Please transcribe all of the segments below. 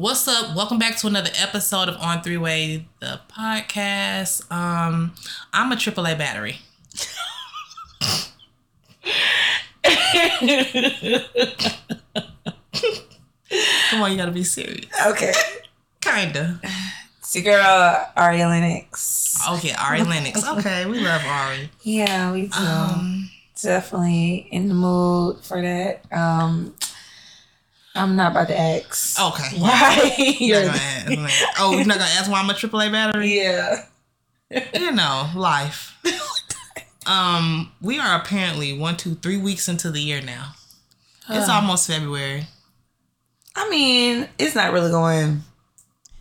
welcome back to another episode of On Three Way, the podcast. Um, I'm a AAA battery. Come on, you gotta be serious. Okay. Kinda. See, girl, Ari Lennox. Okay, Ari Lennox. Okay, we love Ari. Yeah, we do. Um, Definitely in the mood for that. Um, I'm not about to ask. okay. Why? You're You're not gonna ask, man. Oh, you're not gonna ask why I'm a AAA battery? yeah. you know, life. um, we are apparently one, two, three weeks into the year now. It's Huh. almost February. I mean, it's not really going.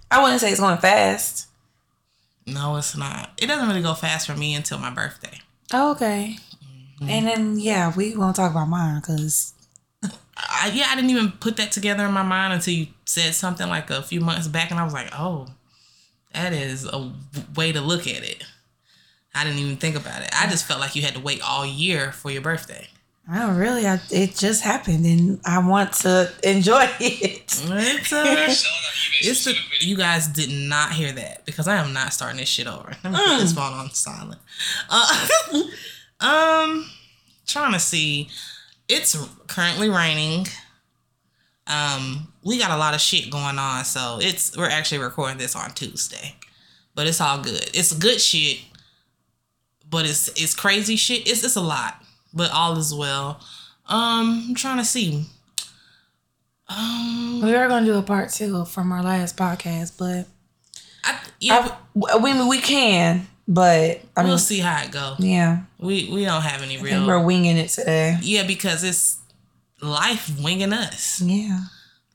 I wouldn't say it's going fast. No, it's not. It doesn't really go fast for me until my birthday. Oh, okay. Mm-hmm. And then yeah, we won't talk about mine because I, yeah, I didn't even put that together in my mind until you said something like a few months back, and I was like, oh, that is a w- way to look at it. I didn't even think about it. I just felt like you had to wait all year for your birthday. I don't really. I, it just happened, and I want to enjoy it. It's, uh, it's the, you guys did not hear that because I am not starting this shit over. Let me put this phone on silent. Uh, um, trying to see. It's currently raining. Um, we got a lot of shit going on, so it's we're actually recording this on Tuesday, but it's all good. It's good shit, but it's it's crazy shit. It's it's a lot, but all is well. Um, I'm trying to see. Um, We were gonna do a part two from our last podcast, but I, yeah, I, we we can, but I mean, we'll see how it go. yeah, We we don't have any And we're real. winging it today. Yeah, because it's life winging us. Yeah,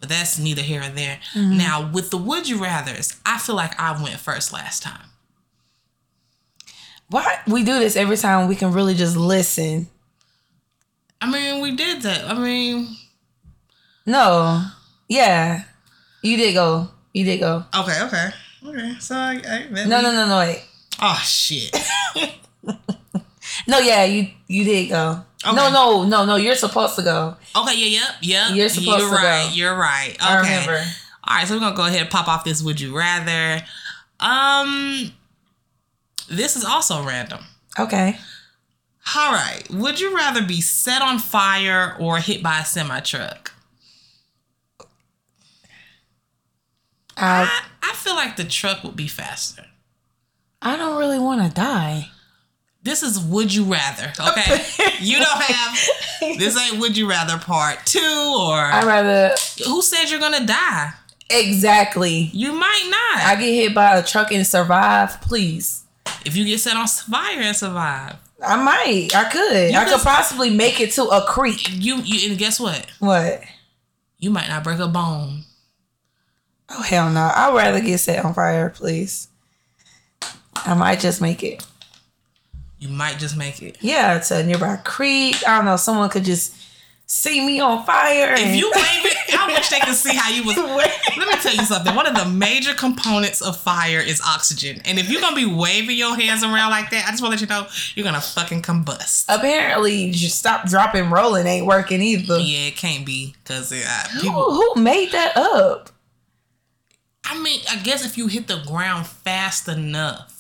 But that's neither here or there. Mm-hmm. Now with the would you rather's, I feel like I went first last time. why we do this every time? We can really just listen. I mean, we did that. I mean, No, yeah, you did go. You did go. okay, okay, okay. So I, I No, no, no, no. Wait. Oh shit. No, yeah, you you did go. Okay. No, no, no, no. You're supposed to go. Okay, yeah, yep, yep. You're supposed You're to go. right. You're right. Okay. I remember. All right, so we're gonna go ahead and pop off this would you rather. Um, this is also random. Okay. All right. Would you rather be set on fire or hit by a semi truck? I I, I feel like the truck would be faster. I don't really want to die. This is would you rather, okay? you don't have this ain't would you rather part two or I'd rather who said you're gonna die? exactly. You might not I get hit by a truck and survive, please. if you get set on fire and survive. I might. I could. I could could- possibly make it to a creek. You you and guess what? What? You might not break a bone. Oh hell no. I'd rather get set on fire, please. I might just make it. You might just make it. Yeah, to a nearby creek. I don't know. Someone could just see me on fire. If and- you wave it, I wish they could see how you was. Let me tell you something. One of the major components of fire is oxygen, and if you're gonna be waving your hands around like that, I just want to let you know you're gonna fucking combust. apparently just stop dropping rolling ain't working either. Yeah, it can't be because uh, Who, people. who made that up? I mean, I guess if you hit the ground fast enough,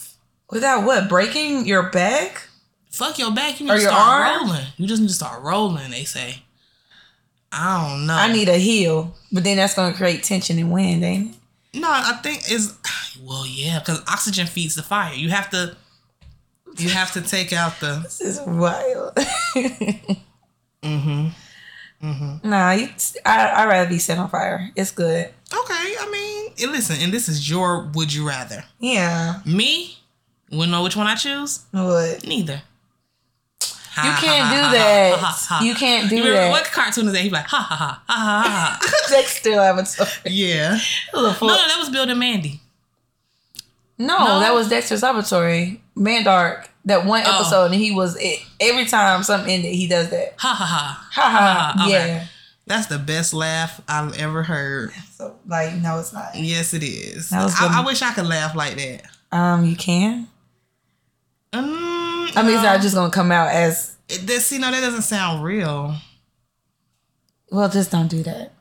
Without what breaking your back? fuck your back. You Or need to your start arm? rolling. You just need to start rolling. They say. I don't know. I need a heel, but then that's gonna create tension and wind, ain't it? No, I think is well, yeah, because oxygen feeds the fire. You have to. You have to take out the. This is wild. Mm-hmm. Mm-hmm. nah, you, I I rather be set on fire. It's good. Okay, I mean, and listen, and this is your would you rather. Yeah, Me, wouldn't know which one I choose? what? Neither. You can't do that. You can't do What that. cartoon is that? He's like, ha ha ha ha ha ha. They still have a toy. yeah. No, No, no, that was Bill and Mandy. no, that was Dexter's Laboratory. Mandark, that one Oh. episode, and he was it. Every time something ended, he does that. Ha ha ha. Ha ha. Ah, okay. Yeah. That's the best laugh I've ever heard. So like, no, it's not. Yes, it is. That was good. I, I wish I could laugh like that. Um, you can. Mm, I mean, it's no. not just gonna come out as It- that- see, no, that doesn't sound real. well. Just don't do that.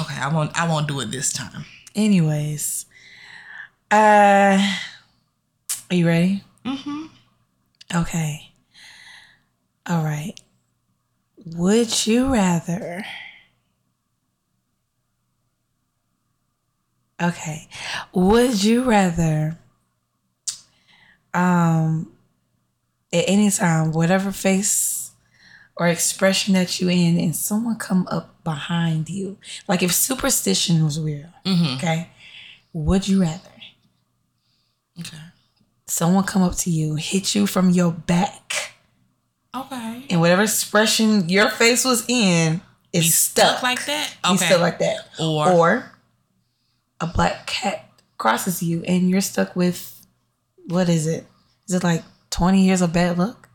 Okay, I won't. I won't do it this time. Anyways, uh, are you ready? Mm-hmm. Okay. All right. Would you rather? Okay. Would you rather um at any time, whatever face or expression that you in, and someone come up behind you? Like if superstition was real, Mm-hmm. okay? Would you rather Okay. someone come up to you, hit you from your back, Okay. and whatever expression your face was in is stuck. Stuff like that. You Okay. stuck like that. or, Or, a black cat crosses you and you're stuck with what is it? Is it like 20 years of bad luck?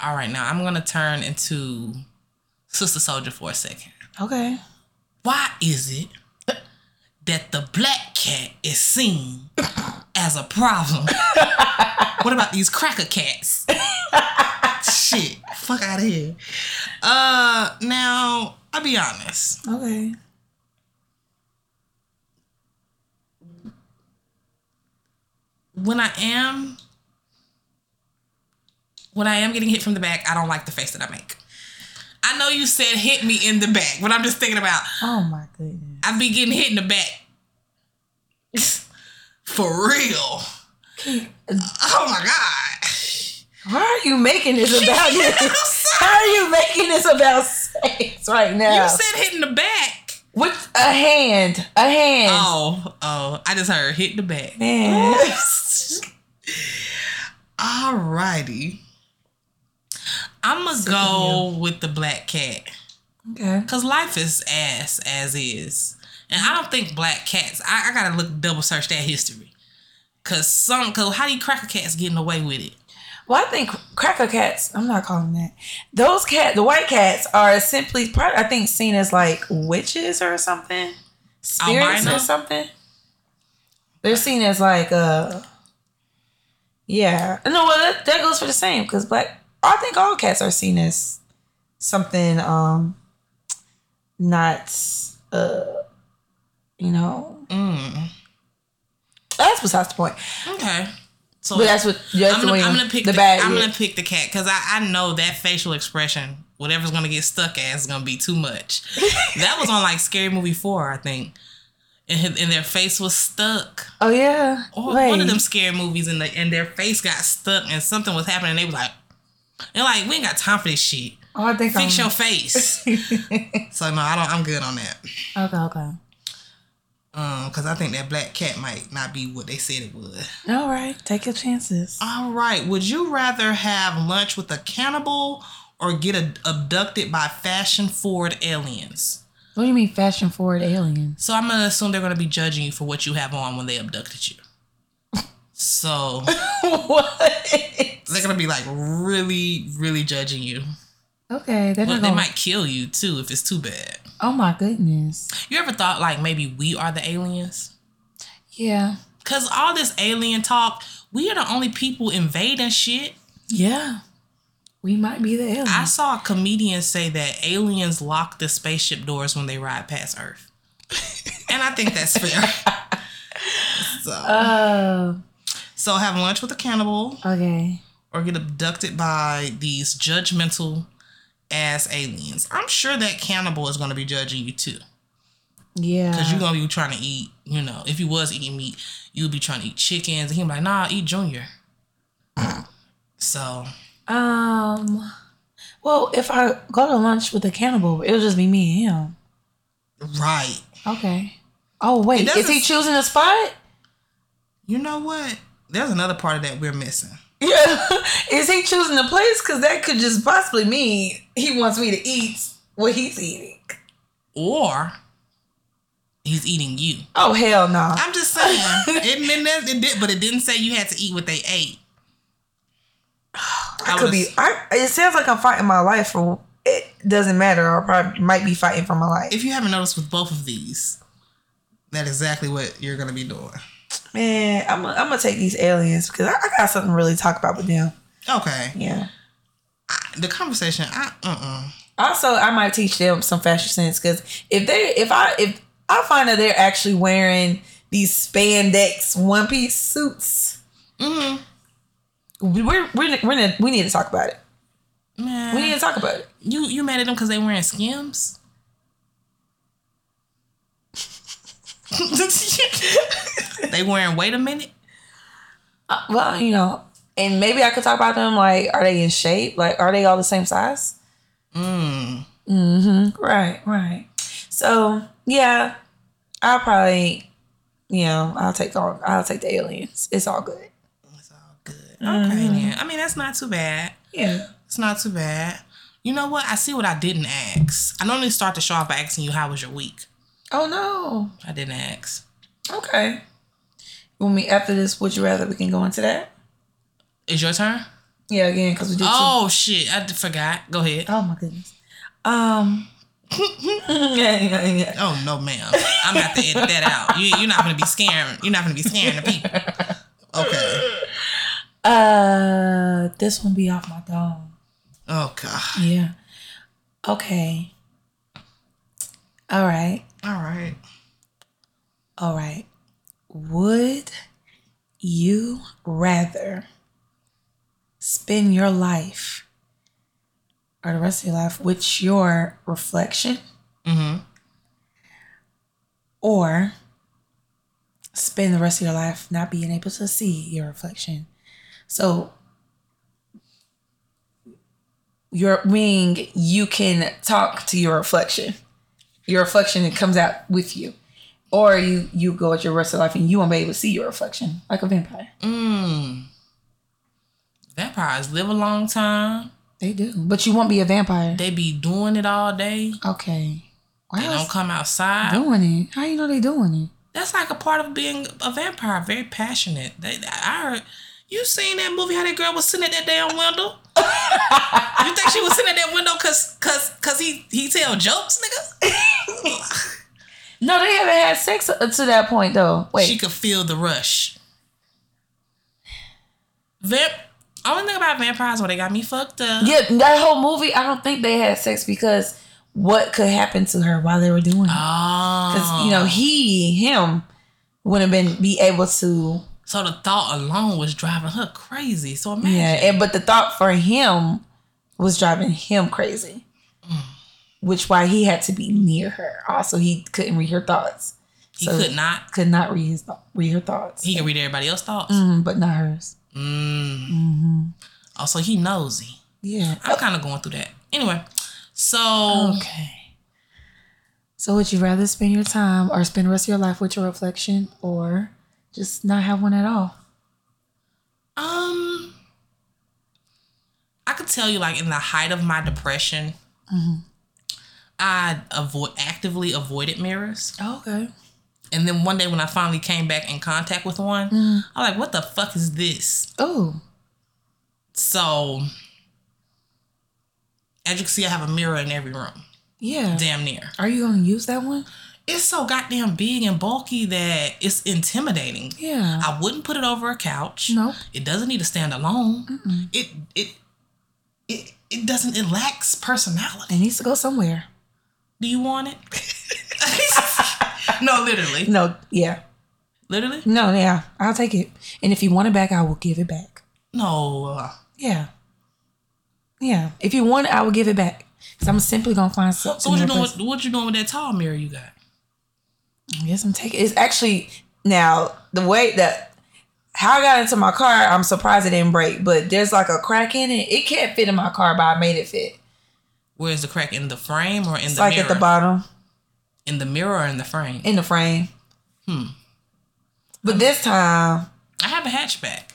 all right, now I'm gonna turn into Sister Soldier for a second. Okay. Why is it that the black cat is seen as a problem? what about these cracker cats? Shit, fuck out of here. Uh, now I'll be honest. Okay. when I am when I am getting hit from the back, I don't like the face that I make. I know you said hit me in the back, but I'm just thinking about Oh my goodness. I be getting hit in the back. For real. Oh my god. Why are you making this about I'm this? sorry. How are you making this about sex right now? You said hit in the back. with a hand. A hand. Oh, oh, I just heard hit in the back. Man. Alrighty. I'ma go with the black cat. okay. Cause life is ass as is, and I don't think black cats. I, I gotta look double search that history. Cause some, cause how do you cracker cats getting away with it? Well, I think cracker cats. I'm not calling them that. Those cat, the white cats, are simply probably I think seen as like witches or something, spirits Albino? or something. They're seen as like uh, yeah. No, well that, that goes for the same because black. I think all cats are seen as something um, not uh, you know. Mm. That's besides the point. Okay, so But that's what that's I'm the gonna, way I'm gonna pick the the, bad. I'm is. gonna pick the cat because I, I know that facial expression, whatever's gonna get stuck as, is gonna be too much. that was on like Scary Movie Four, I think, and his- and their face was stuck. oh yeah. Or one Wait. of them scary movies, and the, and their face got stuck, and something was happening. And they was like, they're like, we ain't got time for this shit. Oh, I think Fix I'm- your face. so no, I don't. I'm good on that. Okay, okay. Um, because I think that black cat might not be what they said it would. All right, take your chances. All right. Would you rather have lunch with a cannibal or get a- abducted by fashion forward aliens? What do you mean, fashion forward aliens? So I'm gonna assume they're gonna be judging you for what you have on when they abducted you. So what? they're gonna be like really, really judging you. Okay, they're But not they going. might kill you too if it's too bad. Oh my goodness. You ever thought like maybe we are the aliens? Yeah. Cause all this alien talk, we are the only people invading shit. Yeah. We might be the aliens. I saw a comedian say that aliens lock the spaceship doors when they ride past Earth. and I think that's fair. so, Oh. so have lunch with a cannibal Okay. or get abducted by these judgmental ass aliens. I'm sure that cannibal is gonna be judging you too. Yeah. Cause you're gonna be trying to eat, you know, if you was eating meat, you'd be trying to eat chickens. And he'd be like, nah, eat Junior. so um. Well, if I go to lunch with a cannibal, it'll just be me and him. Right. Okay. Oh wait, It is he doesn't- choosing a spot? You know what? There's another part of that we're missing. Yeah. Is he choosing the place? Because that could just possibly mean he wants me to eat what he's eating. Or he's eating you. Oh, hell no. I'm just saying. it meant that it did, but it didn't say you had to eat what they ate. I could be. I, it sounds like I'm fighting my life for. It doesn't matter. I probably might be fighting for my life. If you haven't noticed with both of these, that's exactly what you're gonna be doing. Man, I'm gonna I'm gonna take these aliens because I, I got something to really talk about with them. Okay. Yeah. I- the conversation. I uh uh Also, I might teach them some fashion sense because if they, if I, if I find that they're actually wearing these spandex one piece suits. Mm-hmm. We're, we're, we're in we need to talk about it. Man. We need to talk about it. You you mad at them because they wearing skims? they wearing wait a minute. Uh, well, you know, and maybe I could talk about them. Like, are they in shape? Like, are they all the same size? Mm. Mm-hmm. Right. Right. So yeah, I'll probably, you know, I'll take all. I'll take the aliens. It's all good. It's all good. Okay. Mm-hmm. Yeah. I mean, that's not too bad. Yeah. It's not too bad. You know what? I see what I didn't ask. I normally start the show off by asking you how was your week. Oh no. I didn't ask. Okay. When we after this, would you rather we can go into that? Is your turn? Yeah, again because we did. Oh two. shit! I forgot. Go ahead. Oh my goodness. Um. yeah, yeah, yeah. Oh no, ma'am. I'm gonna have to edit that out. You, you're not gonna be scaring. You're not gonna be scaring the people. Okay. Uh, this one be off my dome. Oh god. Yeah. Okay. All right. All right. All right. Would you rather spend your life or the rest of your life with your reflection? Mm-hmm. Or spend the rest of your life not being able to see your reflection. So your meaning you can talk to your reflection your reflection it comes out with you or you you go with your rest of life and you won't be able to see your reflection like a vampire mm. vampires live a long time they do but you won't be a vampire they be doing it all day okay Why they don't come outside doing it how you know they doing it that's like a part of being a vampire very passionate they i heard you seen that movie how that girl was sitting at that damn window? you think she was sitting at that window cause cause cause he he tell jokes, nigga? no, they haven't had sex to that point though. Wait. She could feel the rush. Vamp only thing about vampires where they got me fucked up. Yeah, that whole movie, I don't think they had sex because what could happen to her while they were doing it? Because oh. you know, he, him wouldn't been be able to so the thought alone was driving her crazy. So imagine. Yeah, and but the thought for him was driving him crazy, mm. which why he had to be near her. Also, he couldn't read her thoughts. He so could not could not read his read her thoughts. He can read everybody else's thoughts, mm, but not hers. Mm. Mm-hmm. Also, he nosy. Yeah, I'm kind of going through that. Anyway, so okay. So would you rather spend your time or spend the rest of your life with your reflection or? just not have one at all? Um, I could tell you, like in the height of my depression, mm-hmm. I avoid actively avoided mirrors. Oh, okay. And then one day when I finally came back in contact with one, mm-hmm. I'm like, "What the fuck is this?" Oh. So, as you can see, I have a mirror in every room. Yeah. Damn near. Are you gonna use that one? it's so goddamn big and bulky that it's intimidating. Yeah. I wouldn't put it over a couch. No. Nope. It doesn't need to stand alone. Mm-mm. It it it it doesn't it lacks personality. It needs to go somewhere. Do you want it? no, literally. No, yeah. Literally? No, yeah. I'll take it. And if you want it back, I will give it back. No. uh, Yeah. Yeah. If you want it, I will give it back. Cause I'm simply gonna find something. So what you doing? With, what you doing with that tall mirror you got? Yes, I'm taking. It's actually now the way that how I got into my car. I'm surprised it didn't break, but there's like a crack in it. It can't fit in my car, but I made it fit. Where's the crack in the frame or in it's the like mirror? at the bottom? In the mirror or in the frame? In the frame. Hmm. But this time, I have a hatchback.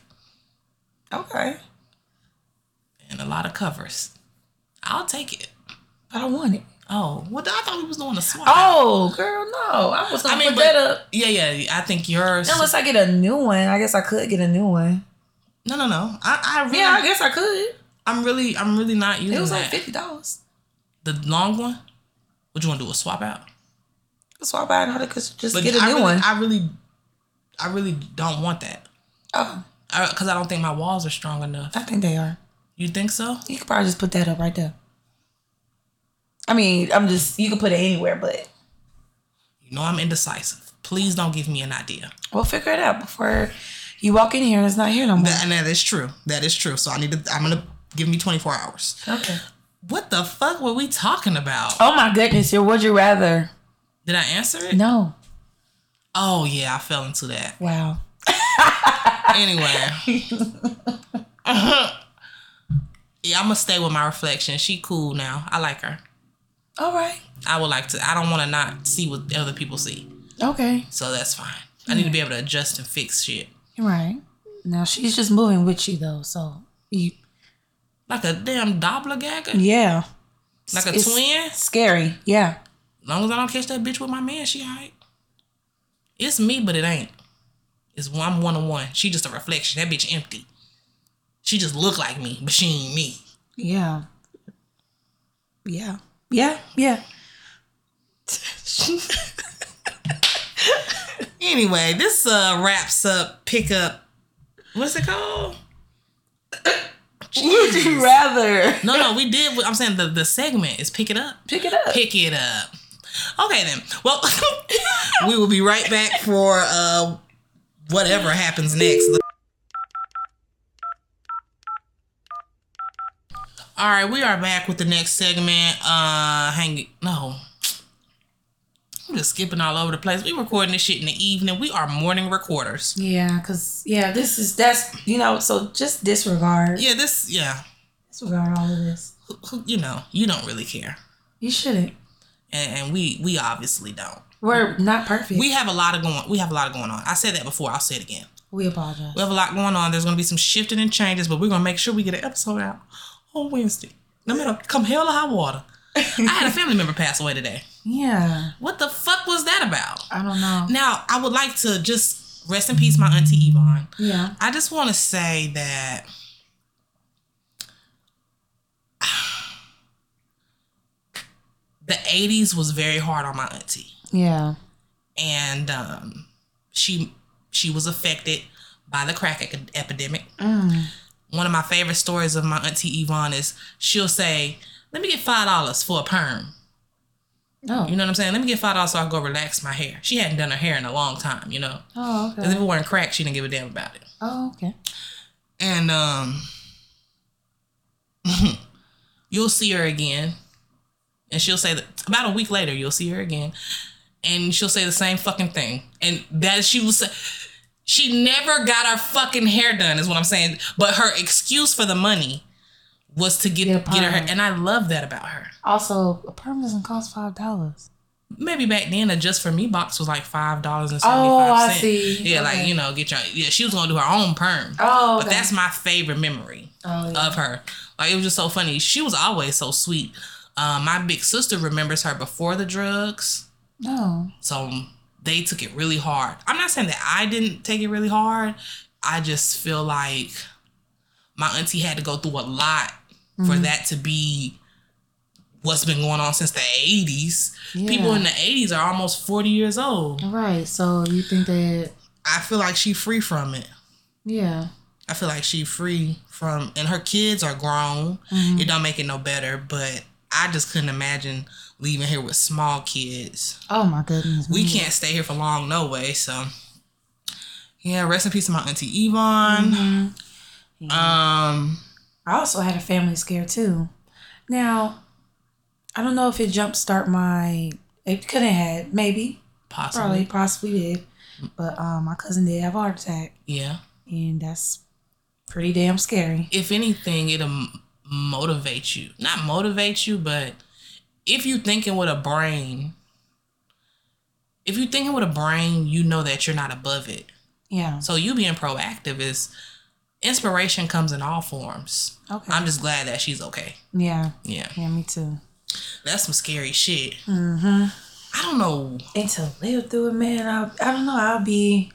Okay. And a lot of covers. I'll take it. I don't want it. Oh, well, I thought we was doing a swap. Oh, girl, no, I was gonna I mean, put but, that up. Yeah, yeah, I think yours. Unless I get a new one, I guess I could get a new one. No, no, no. I, I really, yeah, I guess I could. I'm really, I'm really not using. It was like that. fifty dollars. The long one. Would you want to do a swap out? A swap out, and I could just but get a I new really, one. I really, I really don't want that. Oh, because I, I don't think my walls are strong enough. I think they are. You think so? You could probably just put that up right there. I mean, I'm just you can put it anywhere, but You know I'm indecisive. Please don't give me an idea. We'll figure it out before you walk in here and it's not here no more. That, and that is true. That is true. So I need to. I'm gonna give me 24 hours. okay. What the fuck were we talking about? Oh my goodness, your would you rather? Did I answer it? No. Oh yeah, I fell into that. Wow. anyway. yeah, I'm gonna stay with my reflection. She cool now. I like her. All right. I would like to. I don't want to not see what other people see, Okay. so that's fine. I need to be able to adjust and fix shit. You're right. Now she's just moving with you though, so you Like a damn doppelganger, yeah. like a It's twin. As Scary. Yeah. long as I don't catch that bitch with my man, she alright. It's me, but it ain't. It's one. I'm one on one. She just a reflection. That bitch empty. She just look like me, but she ain't me. Yeah. Yeah. Yeah. Yeah. Anyway, this uh wraps up pickup. What's it called? Would you rather No, no, we did. I'm saying the the segment is pick it up. pick it up? Pick it up. Okay then. Well, we will be right back for uh whatever happens next. All right, we are back with the next segment. Uh, hang no. I'm just skipping all over the place. We recording this shit in the evening. We are morning recorders. Yeah, cause yeah, this is that's you know so just disregard Yeah, this yeah. disregard all of this. who- who- You know, you don't really care, You shouldn't. and, and we we obviously don't. We're not perfect. We have a lot of going. We have a lot of going on. I said that before. I'll say it again. we apologize. We have a lot going on. There's going to be some shifting and changes, but we're going to make sure we get an episode out on Wednesday. No matter come hell or high water. I had a family member pass away today. yeah. What the fuck was that about? I don't know. Now, I would like to just rest in peace, my auntie Yvonne. Yeah. I just want to say that the 80s was very hard on my auntie. Yeah. And um, she she was affected by the crack ec- epidemic. Mm. One of my favorite stories of my auntie Yvonne is she'll say, "Let me get five dollars for a perm." Oh. You know what I'm saying? Let me get five dollars so I can go relax my hair. She hadn't done her hair in a long time, you know. Oh, Because if okay. it weren't crack, she didn't give a damn about it. Oh, okay. and um you'll see her again and she'll say that about a week later you'll see her again and she'll say the same fucking thing and that she was she never got her fucking hair done is what i'm saying but her excuse for the money was to get Get a get her hair perm. and i love that about her Also, a perm doesn't cost five dollars. maybe back then a just for me box was like five dollars and seventy Oh, five I cents see. yeah like Okay. you know get your yeah she was gonna do her own perm Oh, but that's my favorite memory oh, yeah. of her. Like it was just so funny. She was always so sweet. Uh, my big sister remembers her before the drugs, no. so they took it really hard. I'm not saying that I didn't take it really hard. I just feel like my auntie had to go through a lot for that to be what's been going on since the 80s. People Yeah. Oh. in the 80s are almost 40 years old. Right. So you think that? I feel like she free from it. Yeah. I feel like she free from, and her kids are grown. It don't make it no better, but I just couldn't imagine leaving here with small kids. Oh my goodness. We can't stay here for long, no way. So, yeah, rest in peace to my auntie Yvonne. Um, I also had a family scare too. Now, I don't know if it jump start my. It could have had maybe, possibly, probably, possibly did, but um, my cousin did have a heart attack, yeah. and that's pretty damn scary. If anything, it'll m- motivate you. Not motivate you, but if you thinking with a brain, if you thinking with a brain, you know that you're not above it. Yeah. So you being proactive is inspiration comes in all forms. Okay. I'm just glad that she's okay. yeah. Yeah. Yeah. Me too. That's some scary shit. Mm-hmm. I don't know. And to live through it, man, I, I don't know. I'll be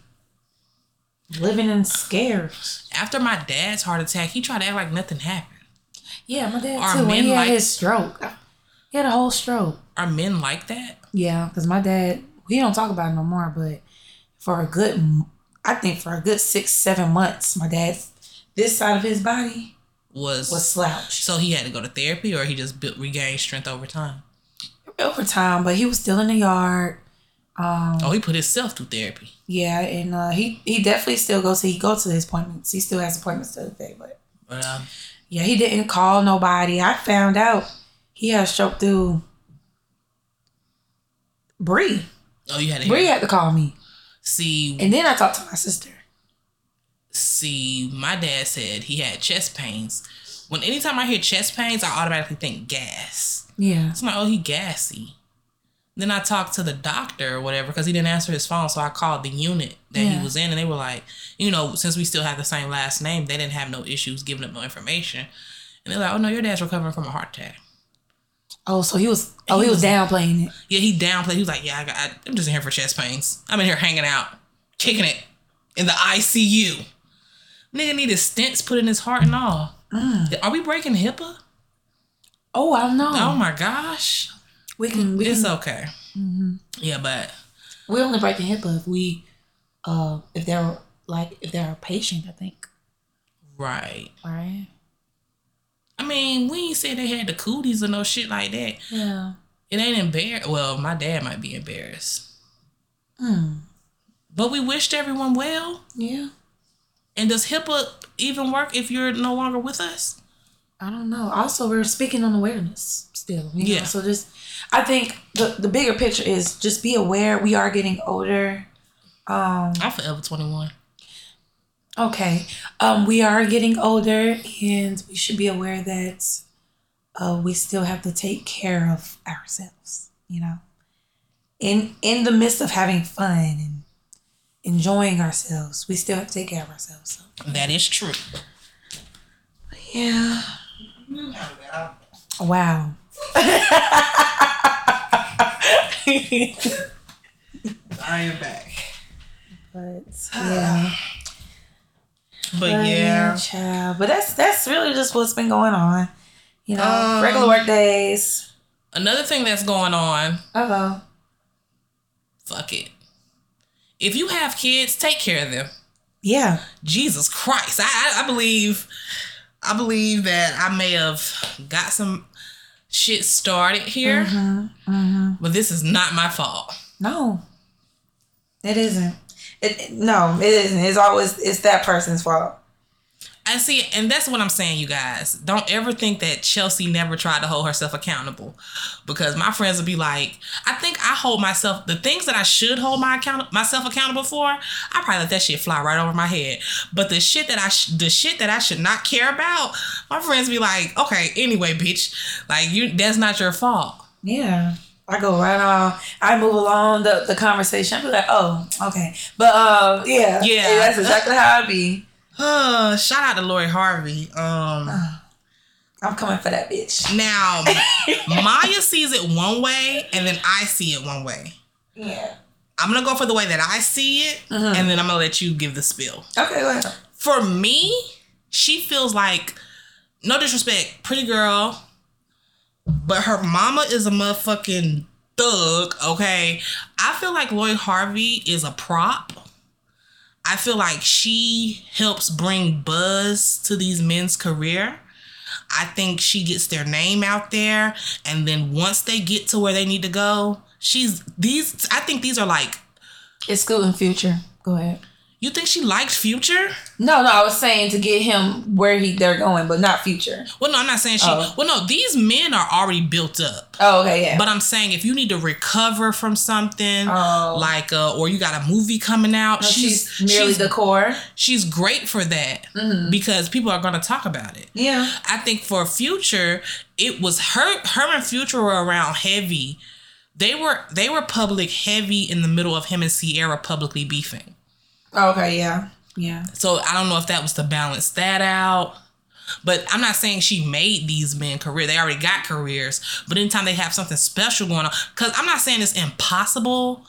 living in scare. After my dad's heart attack, he tried to act like nothing happened. Yeah, my dad Are too. When men he had like- his stroke, he had a whole stroke. Are men like that? Yeah, because my dad, we don't talk about it no more. But for a good, I think for a good six, seven months, my dad's this side of his body Was, was slouched so he had to go to therapy or he just built regained strength over time. over time. But he was still in the yard. Um, Oh, he put himself through therapy. yeah, and uh, he he definitely still goes. To, he goes to his appointments. He still has appointments to the day, but But um, yeah, he didn't call nobody. I found out he had a stroke through Bree. oh, you had to Bree hear. had to call me, see and then I talked to my sister. see. My dad said he had chest pains. When anytime I hear chest pains, I automatically think gas. Yeah, It's like oh, he gassy. Then I talked to the doctor or whatever because he didn't answer his phone, so I called the unit that Yeah. he was in, and they were like, you know, since we still have the same last name, they didn't have no issues giving up no information. And they're like, oh no, your dad's recovering from a heart attack. Oh, so he was. Oh, he, He was, was- downplaying it. Yeah, he downplayed. He was like, "Yeah, I got, I, I'm just in here for chest pains. I'm in here hanging out, kicking it in the ICU." Nigga needed stents put in his heart and all. Are we breaking HIPAA? Oh, I don't know. Oh my gosh, we can. We, it's can, okay. Yeah, but we only break the HIPAA if we, uh, if they're like if they're a patient. I think. right. Right. I mean, we ain't said they had the cooties or no shit like that. Yeah. It ain't embarrassed. Well, my dad might be embarrassed, Mm. but we wished everyone well. Yeah. And does HIPAA even work if you're no longer with us? I don't know. Also, we're speaking on awareness still. You yeah. Yeah. Know? So just, I think the the bigger picture is just be aware. We are getting older. Um. I'm forever 21. Okay. Um. We are getting older, and we should be aware that, uh, we still have to take care of ourselves. You know, in in the midst of having fun and enjoying ourselves, we still have to take care of ourselves. So. That is true. Yeah. Wow. I am back. But yeah, But yeah. child. But that's that's really just what's been going on. You know, Um, regular work days. Another thing that's going on, Uh oh. fuck it. If you have kids, take care of them. Yeah. Jesus Christ. I, I, I believe I believe that I may have got some shit started here, Mhm, mhm. but this is not my fault. No, it isn't. It it- no, it isn't. It's always it's that person's fault. I see, and that's what I'm saying, you guys. Don't ever think that Chelsea never tried to hold herself accountable, because my friends would be like, I think I hold myself the things that I should hold my account myself accountable for. I probably let that shit fly right over my head. But the shit that I sh- the shit that I should not care about, my friends be like, okay, anyway, bitch, like you, that's not your fault. Yeah. I go right on. I move along the, the conversation. I be like, oh, okay. But uh, yeah, Yeah. that's exactly how I be. Uh, shout out to Lori Harvey. Um. I'm coming for that bitch. Now, Maya sees it one way, and then I see it one way. Yeah. I'm gonna go for the way that I see it, Mhm. and then I'm gonna let you give the spill. Okay. Well. For me, she feels like, no disrespect, pretty girl, but her mama is a motherfucking thug. Okay, I feel like Lloyd Harvey is a prop. I feel like she helps bring buzz to these men's career. I think she gets their name out there, and then once they get to where they need to go, she's these. I think these are like It's Scoot and Future. Go ahead. You think she likes Future? No, no, I was saying to get him where he they're going, but not future. Well, no, I'm not saying she. Oh. Well, no, these men are already built up. Oh, okay, yeah. But I'm saying if you need to recover from something, Oh. like, uh, or you got a movie coming out, No, she's she's, she's, merely she's, the Mm-hmm. core. great for that because people are going to talk about it. Yeah. I think for Future, it was her. Her and Future were around heavy. They were they were public heavy in the middle of him and Sierra publicly beefing. Oh, Okay, yeah. Yeah. So I don't know if that was to balance that out. But I'm not saying she made these men career. They already got careers. But anytime they have something special going on, because I'm not saying it's impossible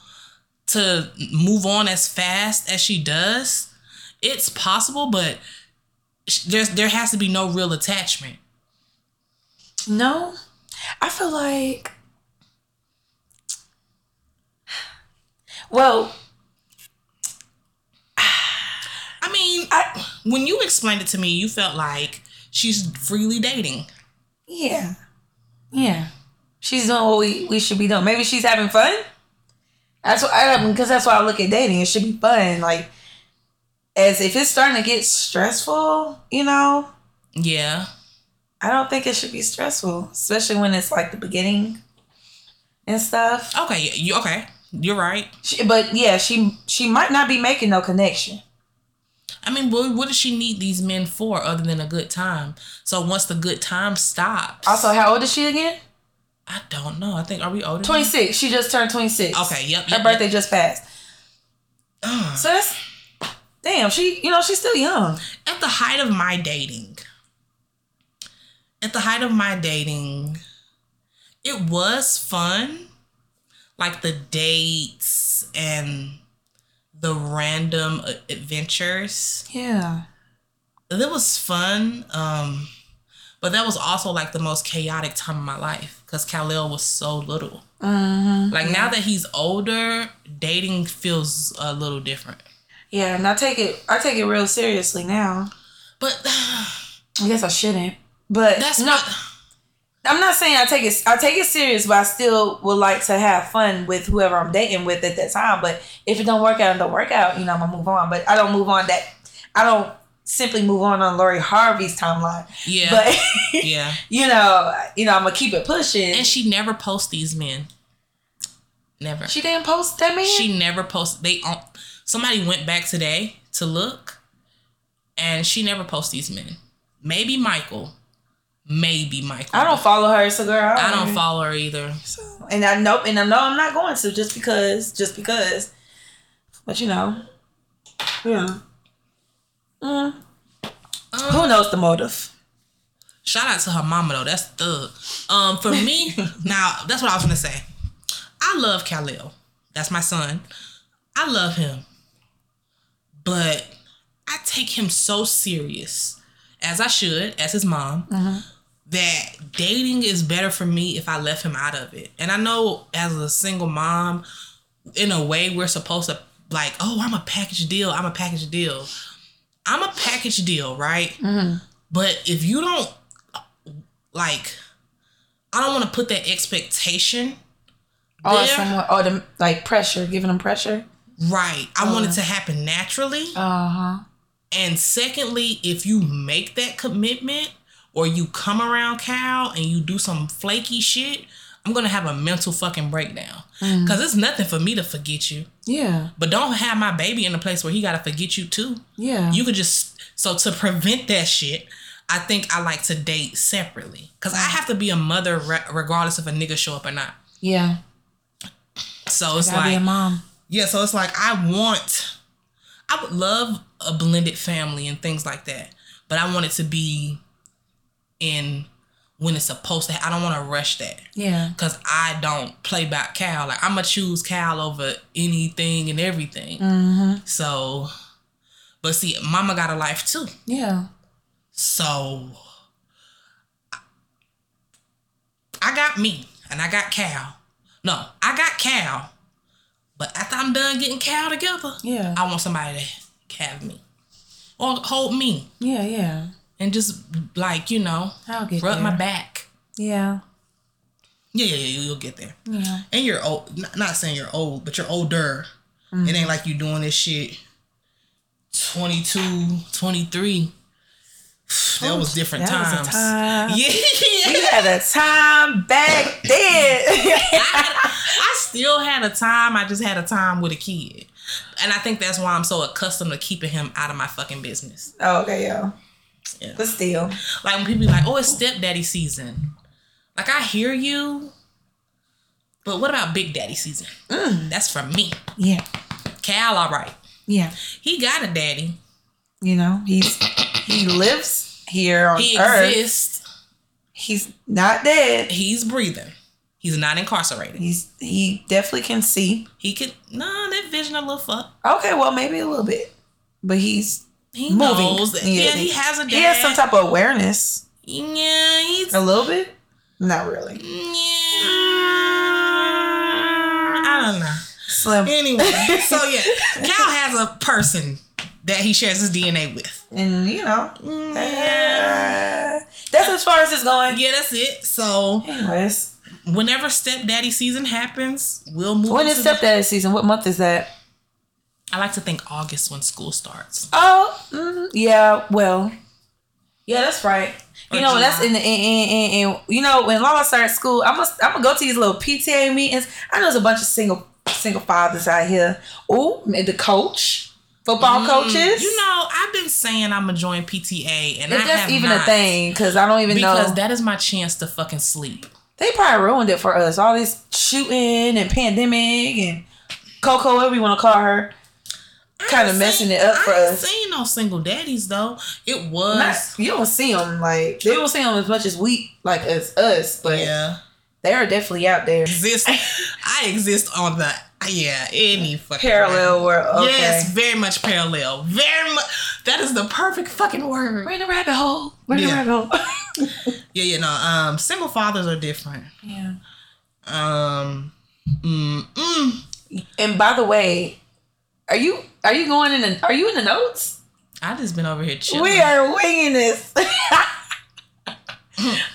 to move on as fast as she does. It's possible, but sh- there's there has to be no real attachment. No, I feel like. Well, I mean, I when you explained it to me, you felt like she's freely dating. yeah, yeah. She's doing what we we should be doing. Maybe she's having fun. That's what I because that's why I look at dating. It should be fun. Like as if it's starting to get stressful, you know, Yeah. I don't think it should be stressful, especially when it's like the beginning and stuff. Okay. yeah, You okay? You're right. She, but yeah, she she might not be making no connection. I mean, what, what does she need these men for other than a good time? So once the good time stops, Also, how old is she again? I don't know. I think are we older? than- Twenty six. She just turned twenty six. Okay. Yep. Her yep, birthday just passed. yep. So that's damn. She you know she's still young. At the height of my dating, at the height of my dating, it was fun, like the dates and the random uh, adventures. Yeah. that was fun. Um, but that was also like the most chaotic time of my life because Khalil was so little. Mm-hmm. Like now that he's older, dating feels a little different. Yeah, and I take it. I take it real seriously now. But I guess I shouldn't. But that's no, not. I'm not saying I take it. I take it serious, but I still would like to have fun with whoever I'm dating with at that time. But if it don't work out, it don't work out. You know, I'm gonna move on. But I don't move on that. I don't simply move on on Lori Harvey's timeline. Yeah, But yeah. you know, you know, I'm gonna keep it pushing. And she never posts these men. Never. she didn't post that man. She never posted. They on. Somebody went back today to look, and she never posts these men. Maybe Michael. Maybe Michael. I don't follow her, so girl. I don't follow her either. So, and I know, and I know I'm not going to just because, just because. But you know, yeah. Mm. Um, Who knows the motive? Shout out to her mama though. That's thug. Um, for me, now that's what I was gonna say. I love Khalil. That's my son. I love him, but I take him so serious, as I should, as his mom, that dating is better for me if I left him out of it. And I know as a single mom, in a way, we're supposed to like, oh, I'm a package deal. I'm a package deal. I'm a package deal, right? But if you don't like, I don't want to put that expectation Or there. someone, or the like pressure, giving them pressure. right. I want it Uh-huh. to happen naturally. Uh Uh-huh. huh. And secondly, if you make that commitment or you come around Cal and you do some flaky shit, I'm gonna have a mental fucking breakdown. Mm. Cause it's nothing for me to forget you. Yeah, But don't have my baby in a place where he gotta forget you too. yeah. You could just so to prevent that shit, I think I like to date separately. Cause I have to be a mother re- regardless if a nigga show up or not. yeah. So it's Gotta be like a mom. yeah, so it's like I want, I would love a blended family and things like that, but I want it to be in when it's supposed to. ha- I don't want to rush that Yeah. because I don't play by Cal. Like I'm gonna choose Cal over anything and everything. Mm-hmm. So, but see, Mama got a life too. Yeah. So I got me and I got Cal. No, I got Cal. But after I'm done getting Cal together, Yeah. I want somebody to have me. Or hold me Yeah. Yeah. and just like, you know, I'll get rub there. my back. Yeah. Yeah, yeah, yeah, you'll get there. Yeah. And you're old not, not saying you're old, but you're older. It ain't like you doing this shit 22, 23. That was different Oh, That was a times. time. Yeah. You had a time back then. I still had a time. I just had a time with a kid. And I think that's why I'm so accustomed to keeping him out of my fucking business. oh, okay, yo. Yeah. But still, Like when people be like, oh, it's stepdaddy season. Like I hear you, but what about big daddy season? Mm. That's for me. yeah, Cal, all right. yeah. He got a daddy. You know, he's he lives here on He Earth. exists. He's not dead. He's breathing. He's not incarcerated. He's he definitely can see. He could nah, that vision a little fuck. Okay, well maybe a little bit, but he's He moving. knows. that- Yeah, he has a dad. He has some type of awareness. Yeah, he's A little bit, not really. Yeah. I don't know. Slim Anyway, so yeah, Cal has a person that he shares his DNA with. and you know. Yeah, eh, That's as far as it's going. that's it. So Anyways, whenever stepdaddy season happens, we'll move. When is into the- stepdad season? What month is that? I like to think August when school starts. Oh, mm, yeah. Well, yeah, that's right. You Or know, that's July. in the in, in, in, in, you know when Lala starts school, I'm gonna I'm gonna go to these little PTA meetings. I know there's a bunch of single single fathers out here. Oh, the coach, football Mm, coaches. You know, I've been saying I'm gonna join PTA, and I if that's have even not, a thing, because I don't even because know. that is my chance to fucking sleep. they probably ruined it for us. All this shooting and pandemic and Coco, whatever you want to call her, kind of messing it up for I ain't us. seen no single daddies though. It was Not, you don't see them like they don't see them as much as we like as us, but yeah they are definitely out there. exist. I exist on the yeah any fucking Parallel world. Okay. Yes, very much parallel. Very much. That is the perfect fucking word. We're in a rabbit hole. We're Yeah. in a rabbit hole. Yeah, you know, um, single fathers are different. yeah. Um, mm, mm, And by the way, are you are you going in? The, are you in the notes? I just been over here chilling. We are winging this.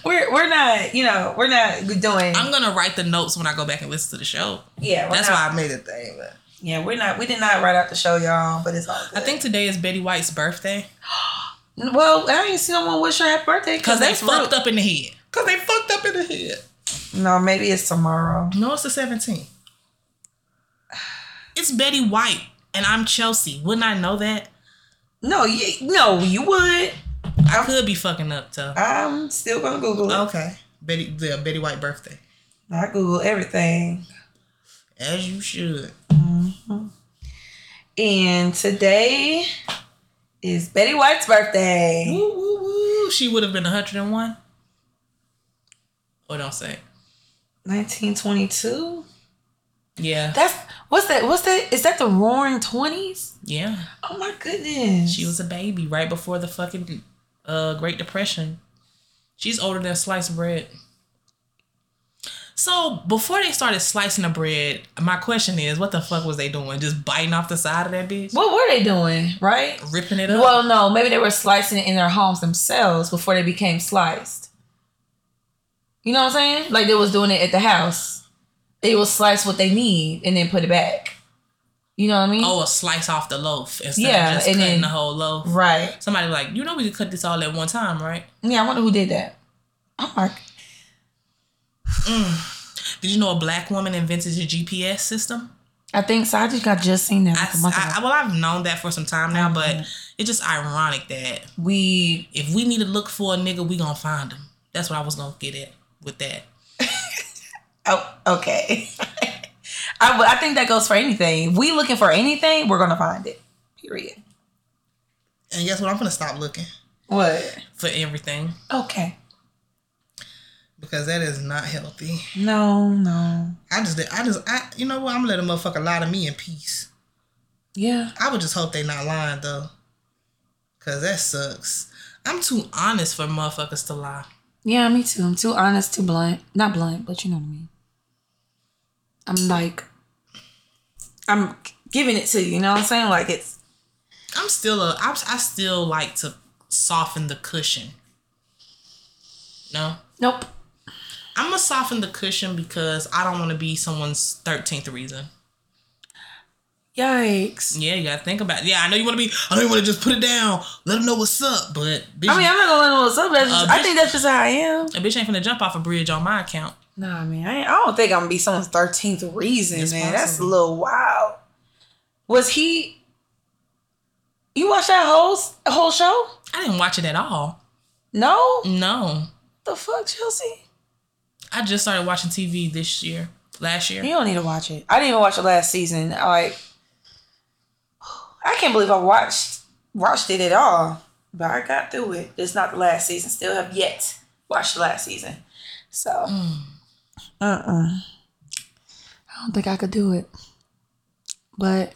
we're we're not. You know, we're not doing. I'm gonna write the notes when I go back and listen to the show. yeah, we're That's not- why I made it thing. But Yeah, we're not. We did not write out the show, y'all. But it's all. I Good. think today is Betty White's birthday Well, I ain't seen no one wish her happy birthday because they it's fucked real. up in the head. Because they fucked up in the head. No, maybe it's tomorrow. No, it's the 17th. It's Betty White and I'm Chelsea. Wouldn't I know that? No, you, no, you would. I could be fucking up though. I'm still gonna Google it. Okay, Betty the Betty White birthday. Oh. I Google everything. As you should. And today is Betty White's birthday. Woo woo woo. She would have been 101. Or don't say. it. 1922. Yeah. That's what's that? What's that? Is that the Roaring Twenties? Yeah. Oh my goodness. She was a baby right before the fucking uh, Great Depression. She's older than sliced bread. So before they started slicing the bread, my question is, what the fuck was they doing? Just biting off the side of that bitch, What were they doing? Right. ripping it up. Well, no, maybe they were slicing it in their homes themselves before they became sliced. You know what I'm saying? Like they was doing it at the house. They will slice what they need and then put it back. You know what I mean? oh, a slice off the loaf instead Yeah, of just and cutting then- the whole loaf. Right. Somebody was like, you know, we could cut this all at one time, right? Yeah, I wonder who did that. Oh my Did you know a black woman invented the GPS system? I think so. I just got just seen that I, like a month I- ago. well, I've known that for some time now, but it's just ironic that We if we need to look for a nigga, we gonna find him. That's what I was gonna get at with that. oh okay. I w- I think that goes for anything. We looking for anything, we're gonna find it. Period. And guess what? I'm gonna stop looking What? for everything Okay. because that is not healthy. No, no. I just, I just, I, you know what? I'm gonna let a motherfucker lie to me in peace. Yeah. I would just hope they not lying though, cause that sucks. I'm too honest for motherfuckers to lie. Yeah, me too. I'm too honest, too blunt. Not blunt, but you know what I mean. I'm like, I'm giving it to you. You know what I'm saying? Like it's I'm still a, I'm, I still like to soften the cushion. No, nope. I'm gonna soften the cushion because I don't want to be someone's thirteenth reason. Yikes. Yeah, you gotta think about. It. Yeah, I know you want to be. I know you want to just put it down. Let them know what's up. But bitch, I mean, I'm not gonna let them know what's up. That's Uh, just, I think that's just how I am. a bitch ain't finna jump off a bridge on my account. Nah, man, I, ain't, I don't think I'm gonna be someone's thirteenth reason, It's man. That's a possible. little wild. Was he? You watched that whole s- whole show? I didn't watch it at all. No, No, the fuck, Chelsea. I just started watching TV this year, last year. You don't need to watch it. I didn't even watch the last season. Like, I can't believe I watched watched it at all. But I got through it. It's not the last season. Still have yet watched the last season. So, uh, uh I don't think I could do it. But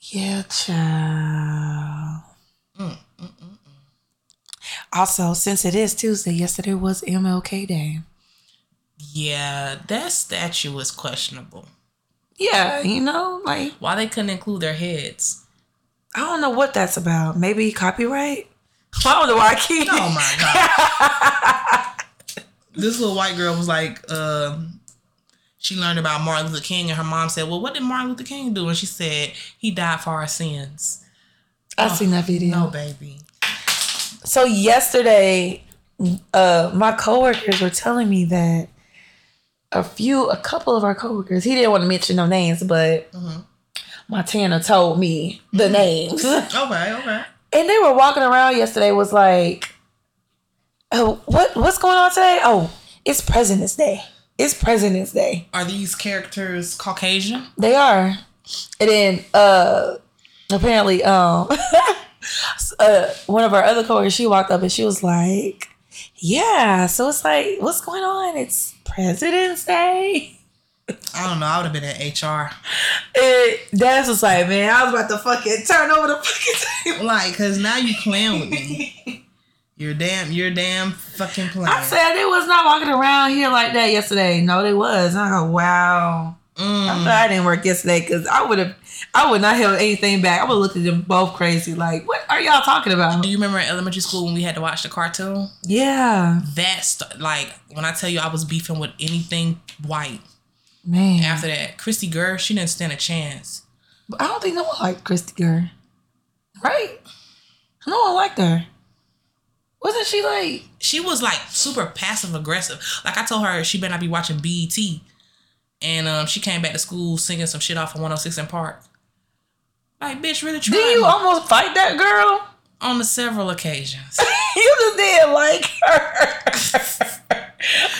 yeah, child. Mm, Also, since it is Tuesday, yesterday was MLK Day. Yeah, that statue was questionable. Yeah, you know, like Why they couldn't include their heads? I don't know what that's about. Maybe copyright. I don't know why I keep. Oh my god. Oh, this little white girl was like, uh, she learned about Martin Luther King, and her mom said, "Well, what did Martin Luther King do?" And she said, "He died for our sins." I've seen that video. No, baby. So yesterday, uh, my coworkers were telling me that a few, a couple of our coworkers, he didn't want to mention no names, but Mhm. Montana told me the names, and Okay, okay. they were walking around yesterday. Was like, oh, what what's going on today? Oh, it's President's Day. It's President's Day. Are these characters Caucasian? They are. And then uh apparently um s- uh one of our other coworkers she walked up and she was like, "Yeah, so it's like what's going on? It's President's Day." I don't know. I would have been at HR. And Dennis was like, "Man, I was about to fucking turn over the fucking table." Like, cause now you playing with me. You're damn. You're damn fucking playing. I said they was not walking around here like that yesterday. No, they was. And I go, "Wow." I'm Mm. glad I didn't work yesterday because I would have, I would not held anything back. I would have looked at them both crazy, like, what are y'all talking about? Do you remember in elementary school when we had to watch the cartoon? Yeah, That's like when I tell you I was beefing with anything white. Mm-hmm. man. After that, Christy Gurr, she didn't stand a chance. I don't think no one liked Christy Gurr. Right? No one liked her. Wasn't she like She was like super passive aggressive. Like I told her, she better not be watching BET. And um, she came back to school singing some shit off of 106 in Park. Like, bitch, really trying. Did you almost fight that girl? on the several occasions. you just didn't like her.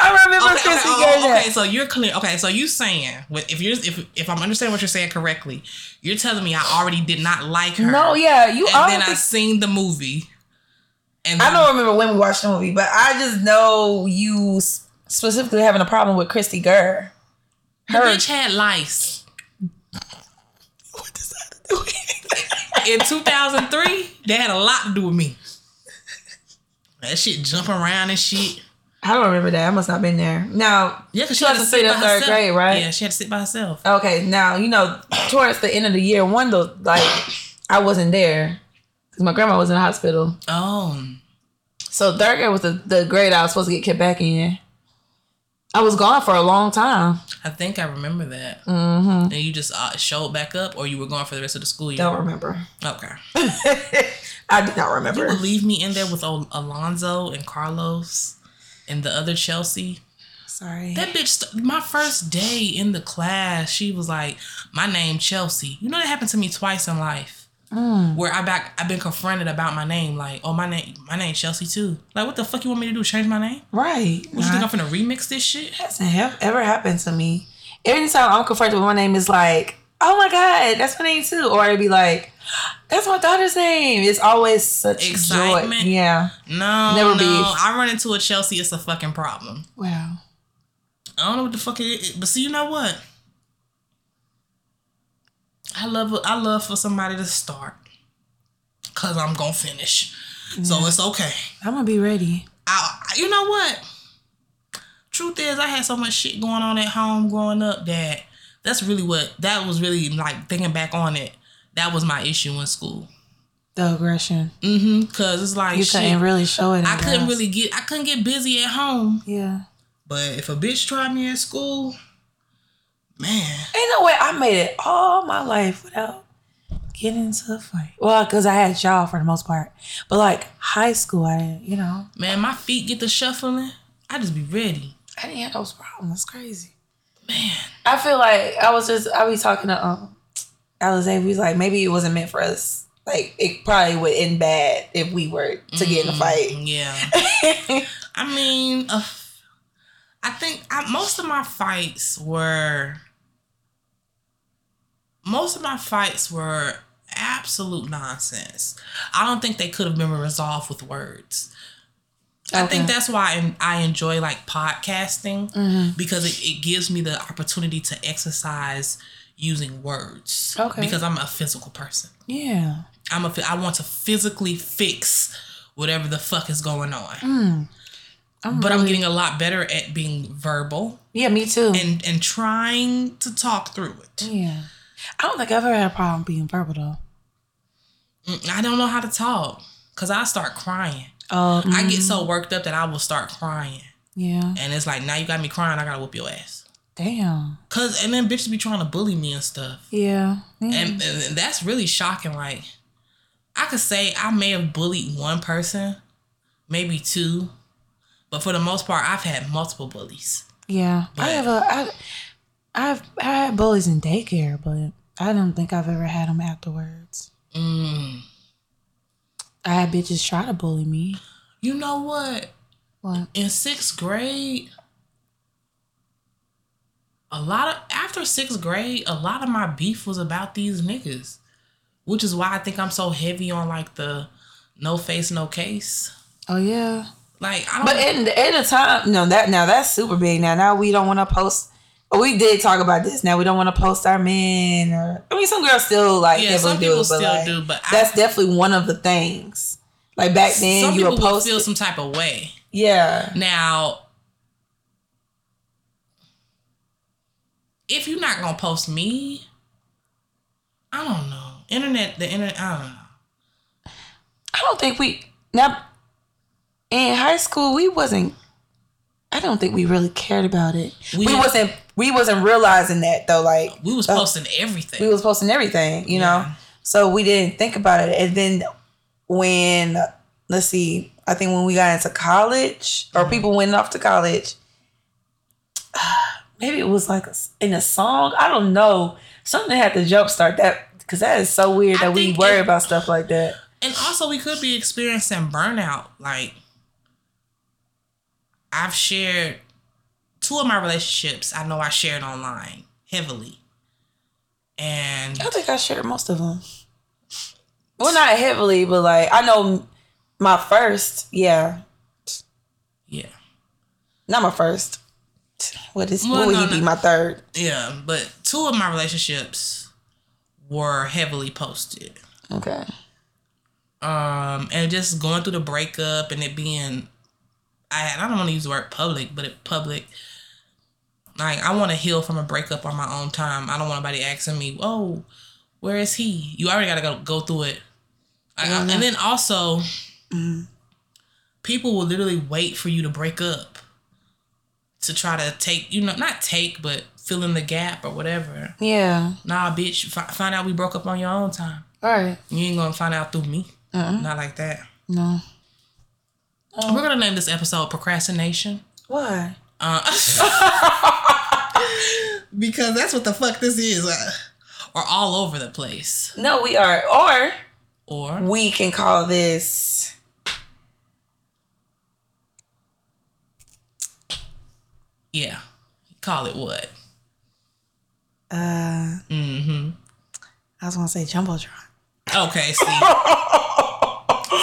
I remember okay, okay, Christy oh, Gurr. okay, that. so you're clear. Okay, so you saying with- if you're if if I'm understanding what you're saying correctly, you're telling me I already did not like her. No, yeah, you and I then don't I think- seen the movie, and I then, don't remember when we watched the movie, but I just know you s- specifically having a problem with Christy Gurr. the Her. bitch had lice What does that do? in 2003. that had a lot to do with me. That shit jumping around and shit. I don't remember that. I must not have been there. Now, Yeah, cause She had to sit in by third herself. grade, right? Yeah, she had to sit by herself. Okay, now you know towards the end of the year, one though, like I wasn't there because my grandma was in the hospital. Oh, So third grade was the, the grade I was supposed to get kept back in. I was gone for a long time. I think I remember that. Mm-hmm. And you just uh, showed back up, or you were gone for the rest of the school year. Don't remember. Okay. I did not You remember. would leave me in there with Al- Alonzo and Carlos and the other Chelsea. Sorry. That bitch, st- my first day in the class, she was like, "My name Chelsea." You know that happened to me twice in life, Mm. where I back I've been confronted about my name, like, "Oh, my name, my name Chelsea too." Like, what the fuck you want me to do? Change my name? Right. What you think I'm finna remix this shit? hasn't have ever happened to me. Every time I'm confronted with my name is like, oh my god, that's my name too, or it'd be like, that's my daughter's name. It's always such Excitement. joy. Yeah. No, Never no. beef. I run into a Chelsea, it's a fucking problem. Wow. I don't know what the fuck it is, but see, you know what? I love I love for somebody to start, cause I'm gonna finish, so it's okay. I'm gonna be ready. I, I- you know what? Truth is, I had so much shit going on at home growing up that that's really what that was really like thinking back on it. That was my issue in school. The aggression. Mm-hmm. Cause it's like You shit, couldn't really show it. I in couldn't class. really get I couldn't get busy at home. Yeah. But if a bitch tried me at school, man. Ain't no way I made it all my life without getting into a fight. Well, because I had y'all for the most part, but like high school, I didn't. You know, Man, my feet get the shuffling. I just be ready. I didn't have those problems. That's crazy. Man. I feel like I was just I be talking to um Alize. We was like maybe it wasn't meant for us. Like it probably would end bad if we were to get Mm-hmm. in a fight. Yeah. I mean, uh, I think I, most of my fights were. Most of my fights were absolute nonsense. I don't think they could have been resolved with words. I Okay. think that's why I, I enjoy like podcasting Mhm. because it, it gives me the opportunity to exercise using words. Okay. Because I'm a physical person. Yeah. I'm a, I want to physically fix whatever the fuck is going on. Mm. I'm But I'm really- getting a lot better at being verbal yeah, me too. and and trying to talk through it. yeah. I don't think I've ever had a problem being verbal though. Mm, I don't know how to talk because I start crying. Oh, I get so worked up that I will start crying. Yeah. And it's like now you got me crying. I gotta whoop your ass. Damn. Cause and then bitches be trying to bully me and stuff. Yeah. Yeah. And, and that's really shocking. Like I could say I may have bullied one person, maybe two, but for the most part, I've had multiple bullies. yeah. I But- have a. I, I've I had bullies in daycare, but I don't think I've ever had them afterwards. Mm. I had bitches try to bully me. You know what? What? in sixth grade, a lot of after sixth grade, a lot of my beef was about these niggas, which is why I think I'm so heavy on like the no face, no case. Oh yeah. Like I don't. But in the in the time, no, that now that's super big. Now, now we don't want to post. oh, We did talk about this. Now we don't want to post our men. Or I mean, some girls still like yeah, heavily some do, people it, but still like, do, but that's definitely one of the things. Like back I, then, some you people were will posting. feel some type of way. yeah, Now, if you're not gonna post me, I don't know. Internet, the internet, I don't know. I don't think we now in high school we wasn't. I don't think we really cared about it. We- We, wasn't. We wasn't realizing that though. Like We was Oh. posting everything. we was posting everything, you know. Yeah. So we didn't think about it. And then when let's see, I think when we got into college or people went off to college, maybe it was like a s in a song. I don't know. Something had to jumpstart that because that is so weird I that we think worry it- about stuff like that. And also, we could be experiencing burnout. Like, I've shared two of my relationships. I know I shared online heavily, and I think I shared most of them. Well, not heavily, but like I know my first. Yeah, yeah, not my first. What is? Well, what would no, he be? no. My third. yeah. But two of my relationships were heavily posted. Okay. Um, and just going through the breakup and it being, I I don't want to use the word public, but it public. Like I want to heal from a breakup on my own time. I don't want nobody asking me, "Oh, where is he?" You already gotta go go through it. Like, I- and then also, people will literally wait for you to break up to try to take you know not take but fill in the gap or whatever. Yeah. Nah, bitch, fi- find out we broke up on your own time. All right. You ain't gonna find out through me. Uh-uh. Not like that. No. We're gonna name this episode "Procrastination" Why? uh, because that's what the fuck this is. uh, Or all over the place. No, we are. Or Or we can call this. yeah, call it what? Uh, Mm-hmm. I was gonna say jumbotron. Okay, see,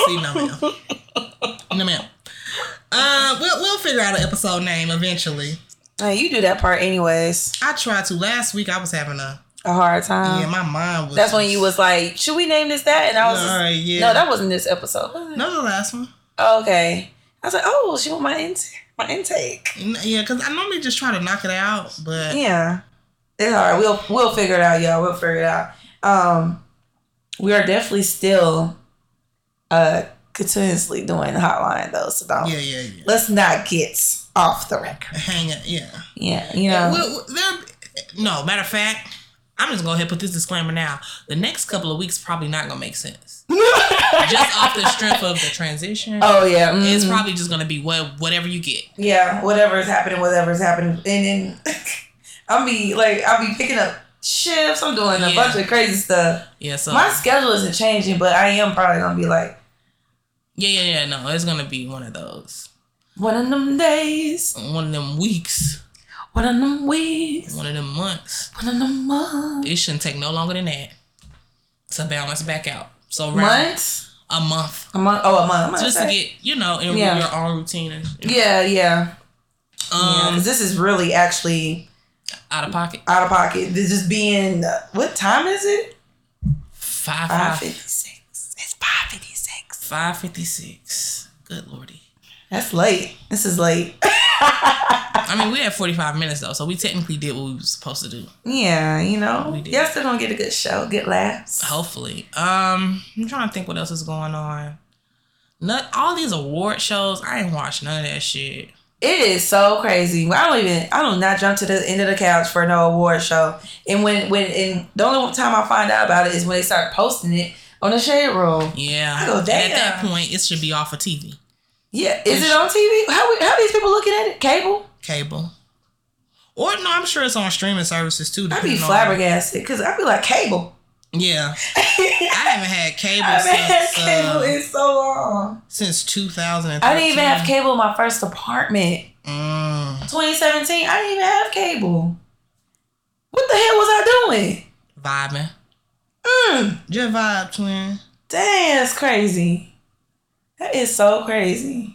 see, no ma'am, no ma'am. Uh, we'll we'll figure out an episode name eventually. Now you do that part anyways. I tried to last week. I was having a A hard time. yeah. My mind was. That's when you was like, "Should we name this that?" And I was, All just, right, yeah. "No, that wasn't this episode." was it? That was the last one. Okay. I was like, "Oh, she want my intake, my intake." N- Yeah, because I normally just try to knock it out, but Yeah, it's all right. We'll we'll figure it out, y'all. We'll figure it out. Um, we are definitely still uh continuously doing the hotline though, so don't yeah, yeah, yeah. let's not get off the record. Hang it, yeah. Yeah, you know. Well, there, no, matter of fact, I'm just gonna hit put this disclaimer now. The next couple of weeks probably not gonna make sense. just off the strength of the transition, oh yeah, it's mhm. probably just gonna be what whatever you get. yeah. Whatever is happening, whatever is happening, and then I'll be like, I'll be picking up shifts. I'm doing a Yeah. bunch of crazy stuff. Yeah, so My schedule isn't changing, but I am probably gonna be like yeah, yeah, yeah. No, it's gonna be one of those, one of them days, one of them weeks, one of them weeks, one of them months. one of them months. It shouldn't take no longer than that to balance back out. So around month? a month, A month? Oh, a month. I'm just to gonna say. get you know in Yeah. your own routine and Yeah, yeah. yeah. um 'cause This is really actually out of pocket. out of pocket. This just being uh, what time is it? Five Five five fifty six. It's five fifty six. five fifty six. Good lordy. That's late. This is late. I mean, we had 45 minutes though, so we technically did what we were supposed to do. yeah, you know. We did. Y'all still gonna get a good show, good laughs. Hopefully. Um, I'm trying to think what else is going on. Not all these award shows, I ain't watched none of that shit. It is so crazy. I don't even. I do not jump to the end of the couch for no award show. And when when and the only time I find out about it is when they start posting it on the shade room. Yeah. I go, And At that Oh, "Damn." point, it should be off of TV, Yeah, is it on TV? How we- how these people looking at it? Cable? cable, or no, I'm sure it's on streaming services too. I'd be depending on- flabbergasted because I'd be like cable. Yeah, I haven't had cable I've since had cable uh, in so long. since 2000. I didn't even have cable in my first apartment. Mm, 2017, I didn't even have cable. What the hell was I doing? vibing, Mm, just vibe, twin. damn, that's crazy. That is so crazy.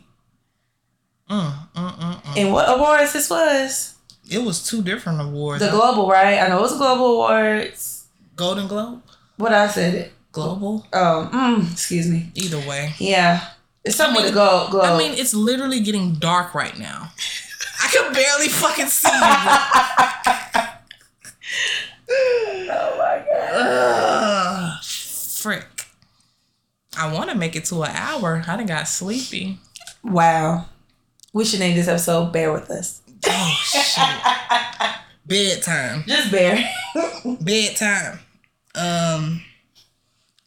Mm, mm, mm, mm. And what awards this was? It was two different awards. The Global, right? I know it was the Global Awards. Golden Globe, What I said it. global, Um, mm, excuse me. either way. Yeah, it's something I with the Gold Globe. I mean, it's literally getting dark right now. I can barely fucking see you. bro. oh my god. Ugh, frick. I want to make it to an hour. I done got sleepy. Wow. We should name this episode "Bear with Us." Oh shit. Bedtime. Just bear. Bedtime. Um,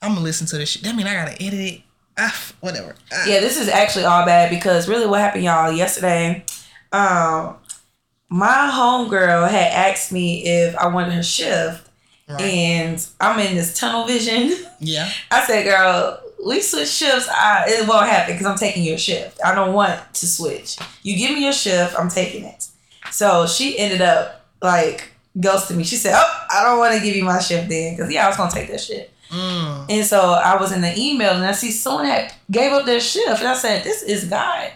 I'm gonna listen to this shit. That mean I gotta edit it. Ah, whatever. Ah. yeah, this is actually all bad because really what happened, y'all, yesterday, um, my homegirl had asked me if I wanted her shift, Right. and I'm in this tunnel vision. Yeah. I said, girl, we switch shifts. I, it won't happen because I'm taking your shift. I don't want to switch. You give me your shift, I'm taking it. So she ended up like ghosting me. She said, oh, I don't want to give you my shift then because, yeah, I was going to take that shit. Mm. And so I was in the email and I see someone had gave up their shift. And I said, This is God.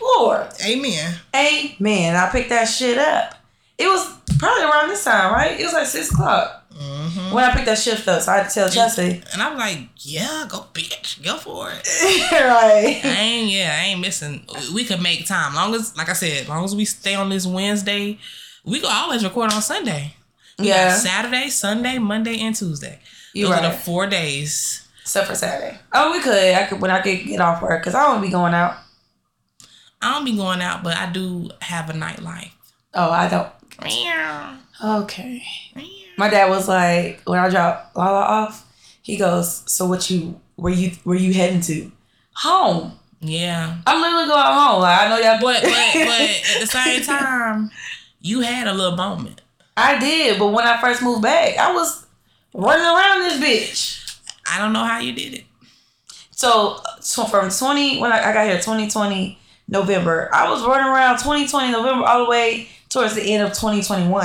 Lord. Amen. Amen. I picked that shit up. It was probably around this time, right? It was like six o'clock hmm when I picked that shift up. So I had to tell Chelsea. And I'm like, yeah, go bitch, go for it. I right. ain't yeah, I ain't missing. We could make time. Long as like I said, long as we stay on this Wednesday, we could always record on Sunday. We got Yeah. Saturday, Sunday, Monday, and Tuesday. You Those are the right. four days. Except for Saturday. Oh, we could. I could when I could get off work because I won't be going out. I don't be going out, but I do have a nightlife. Oh, I don't. Meow, Okay. meow. My dad was like, when I dropped Lala off, he goes, "So what you where you where you heading to? Home." Yeah. I'm literally going home. Like I know y'all, But but but at the same time, you had a little moment. I did. But when I first moved back, I was running around this bitch. I don't know how you did it. So, so from 20 when I, I got here, 2020 November, I was running around 2020 November all the way towards the end of 2021.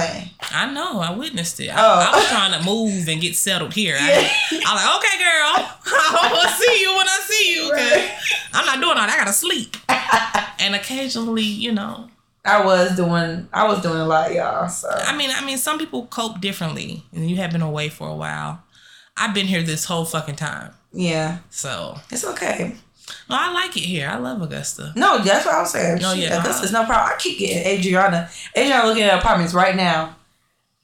I know, I witnessed it. I, Oh. I was trying to move and get settled here. Yeah. I, I'm like, okay, girl, I will see you when I see you. 'cause Right. I'm not doing all that. I gotta sleep. and occasionally, you know, I was doing, I was doing a lot, y'all. So I mean, I mean, some people cope differently, and you have been away for a while. I've been here this whole fucking time, yeah, so it's okay. no, I like it here. I love Augusta. No, that's what I was saying. No, No, yeah, uh-huh. yeah, no, this I- is no problem. I keep getting Adriana. Adriana looking at apartments right now.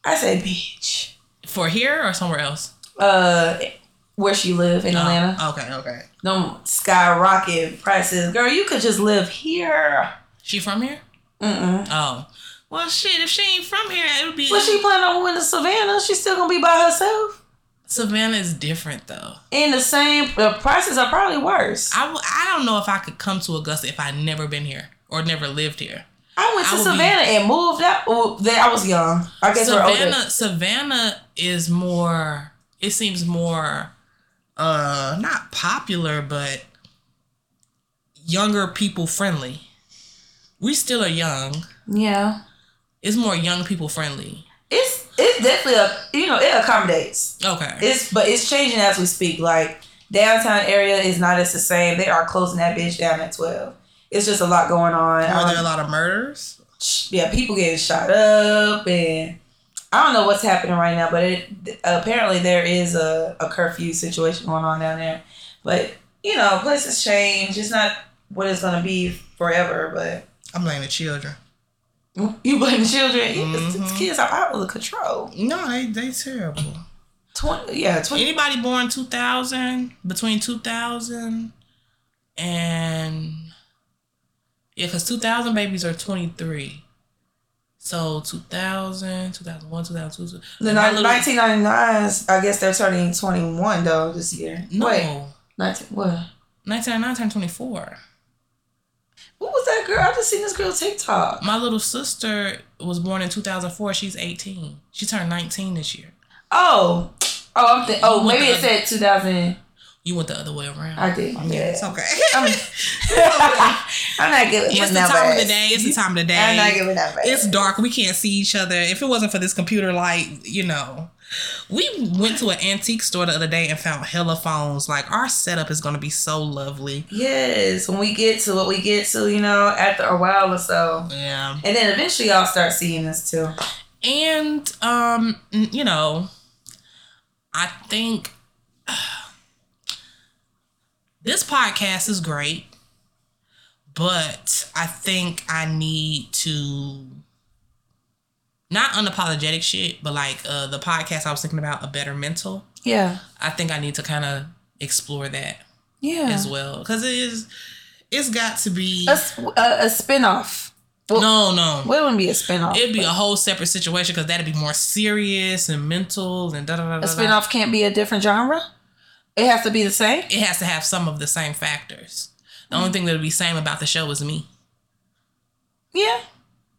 I say, bitch, For here or somewhere else? uh, where she live in Atlanta? Oh, okay, okay. them skyrocket prices. Girl, you could just live here. She from here? Mm-mm. Oh, well, shit. If she ain't from here, it would be. What she planning on moving to Savannah? She's still gonna be by herself. Savannah is different though. In the same, the prices are probably worse. I, w- I don't know if I could come to Augusta if I never been here or never lived here. I went to I would be- Savannah and moved out. Well, then I was young. I guess we're older. Savannah Savannah is more it seems more uh not popular but younger people friendly. We still are young. Yeah, It's more young people friendly. it's it's definitely a you know it accommodates. Okay. It's but it's changing as we speak. Like downtown area is not as the same. They are closing that bitch down at twelve. It's just a lot going on. Are Um, there a lot of murders? sh- yeah, people getting shot up, and I don't know what's happening right now, but it apparently there is a, a curfew situation going on down there. But you know, places change. It's not what it's gonna be forever, but I'm blaming the children. you blame the children. You- it's- Mhm. It's kids are out of control. No, they they terrible. Twenty, yeah, twenty. Anybody born 2000 between 2000 and Yeah, because 2,000 babies are 23. So 2000, 2001, 2002. The My ni- little- 1999s, I guess they're turning 21 though this year. No. Wait, 19, what? 1999 turned 24. What was that girl? I just seen this girl TikTok. My little sister was born in 2004. She's 18. She turned 19 this year. Oh, oh, I'm thi- oh, What maybe the- it said 2000. You went the other way around. I did. Yeah, It's okay. I'm, I'm not giving it's the numbers. time of the day. It's the time of the day. I'm not giving numbers. It's dark. We can't see each other. If it wasn't for this computer light, you know. We went to an antique store the other day and found hella phones. Like our setup is gonna be so lovely. Yes, when we get to what we get to, you know, after a while or so. Yeah. And then eventually y'all start seeing this too. And um, n- you know, I think this podcast is great, but I think I need to not unapologetic shit, but like uh, the podcast I was thinking about, a better mental. Yeah. I think I need to kind of explore that Yeah. as well because it is. It's got to be A, s- a, a spin-off. no, no. Well, it wouldn't be a spin-off. It'd be a but whole separate situation because that'd be more serious and mental and da da da. a da, da. spin-off can't be a different genre. It has to be the same. It has to have some of the same factors. The Mm. only thing that'll be same about the show is me. Yeah.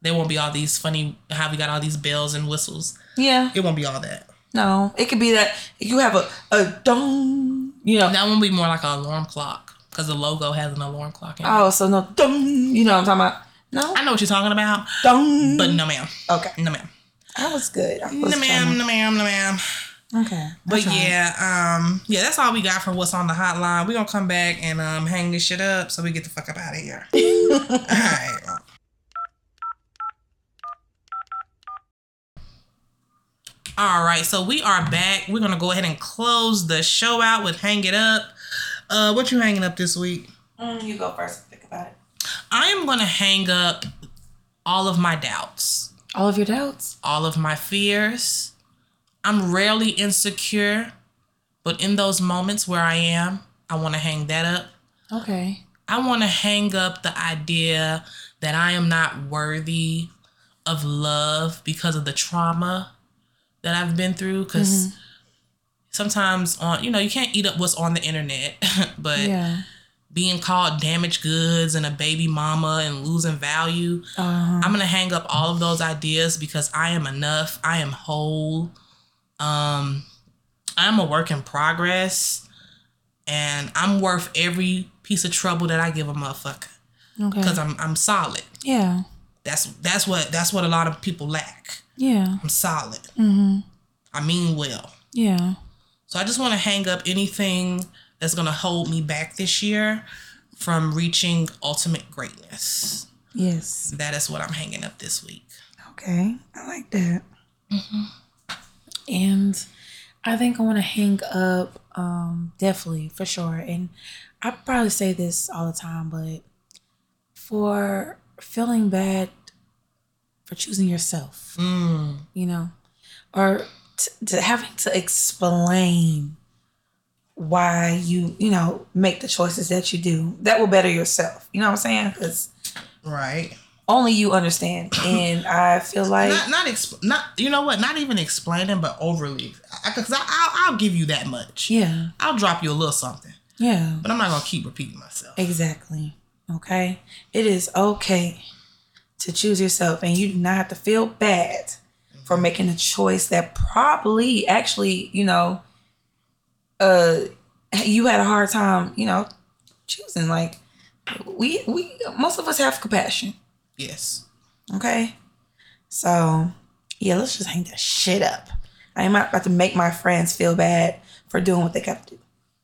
There won't be all these funny how we got all these bells and whistles. Yeah. It won't be all that. No. It could be that you have a a dong. You know. That one will be more like an alarm clock because the logo has an alarm clock in it. Oh, so no dong. You know what I'm talking about? No I know what you're talking about, dong. but no, ma'am, okay, no, ma'am, I was good. I no, was ma'am, trying no, ma'am, no, ma'am. to- okay. But I tried. yeah, um, yeah, that's all we got for what's on the hotline. We're gonna come back and um hang this shit up so we get the fuck up out of here. Alright. Alright, so we are back. We're gonna go ahead and close the show out with hang it up. Uh what you hanging up this week? Mm, you go first. Think about it. I am gonna hang up all of my doubts. All of your doubts. all of my fears. I'm rarely insecure, but in those moments where I am, I want to hang that up. Okay. I want to hang up the idea that I am not worthy of love because of the trauma that I've been through. Because sometimes on, you know, you can't eat up what's on the internet, but Yeah. being called damaged goods and a baby mama and losing value. Um, I'm gonna hang up all of those ideas because I am enough. I am whole. Um, I'm a work in progress, and I'm worth every piece of trouble that I give a motherfucker okay. because I'm I'm solid. yeah. That's that's what that's what a lot of people lack. Yeah. I'm solid. Mm-hmm. I mean well. Yeah. So I just want to hang up anything that's gonna hold me back this year from reaching ultimate greatness. Yes. That is what I'm hanging up this week. Okay. I like that. Mm-hmm. And I think I want to hang up um, definitely for sure. And I probably say this all the time, but for feeling bad for choosing yourself, Mm. you know, or t- to having to explain why you, you know, make the choices that you do, that will better yourself. You know what I'm saying? Because Right. only you understand. And I feel like, not not exp- not you know what not even explaining but overly because I, I, will I'll give you that much yeah, I'll drop you a little something yeah. but I'm not gonna keep repeating myself Exactly. Okay. It is okay to choose yourself, and you do not have to feel bad for making a choice that probably actually, you know, uh, you had a hard time, you know, choosing. Like we, we, most of us have compassion. yes Okay. So yeah, let's just hang that shit up. I am not about to make my friends feel bad for doing what they got to do.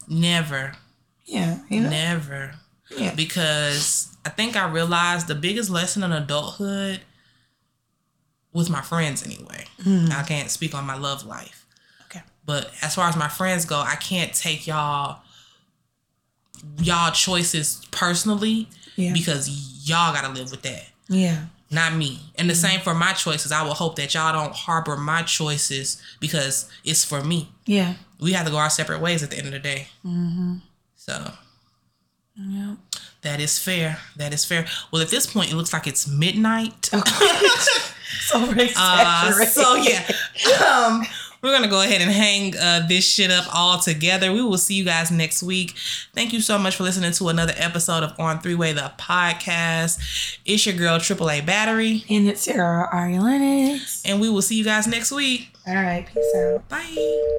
never Yeah, you know. never Yeah. because I think I realized the biggest lesson in adulthood with my friends anyway Mm-hmm. I can't speak on my love life Okay. but as far as my friends go I can't take y'all y'all choices personally Yeah. because y'all gotta live with that Yeah. not me. And the same for my choices. I would hope that y'all don't harbor my choices because it's for me. Yeah. We have to go our separate ways at the end of the day. So Yeah. That is fair. That is fair. Well, at this point, it looks like it's midnight. so Uh, exaggerated. so yeah, um, we're gonna go ahead and hang uh, this shit up all together. We will see you guys next week. Thank you so much for listening to another episode of On Three Way the podcast. It's your girl AAA Battery, And it's your girl, Ari Lennox. and we will see you guys next week. All right, peace out. Bye.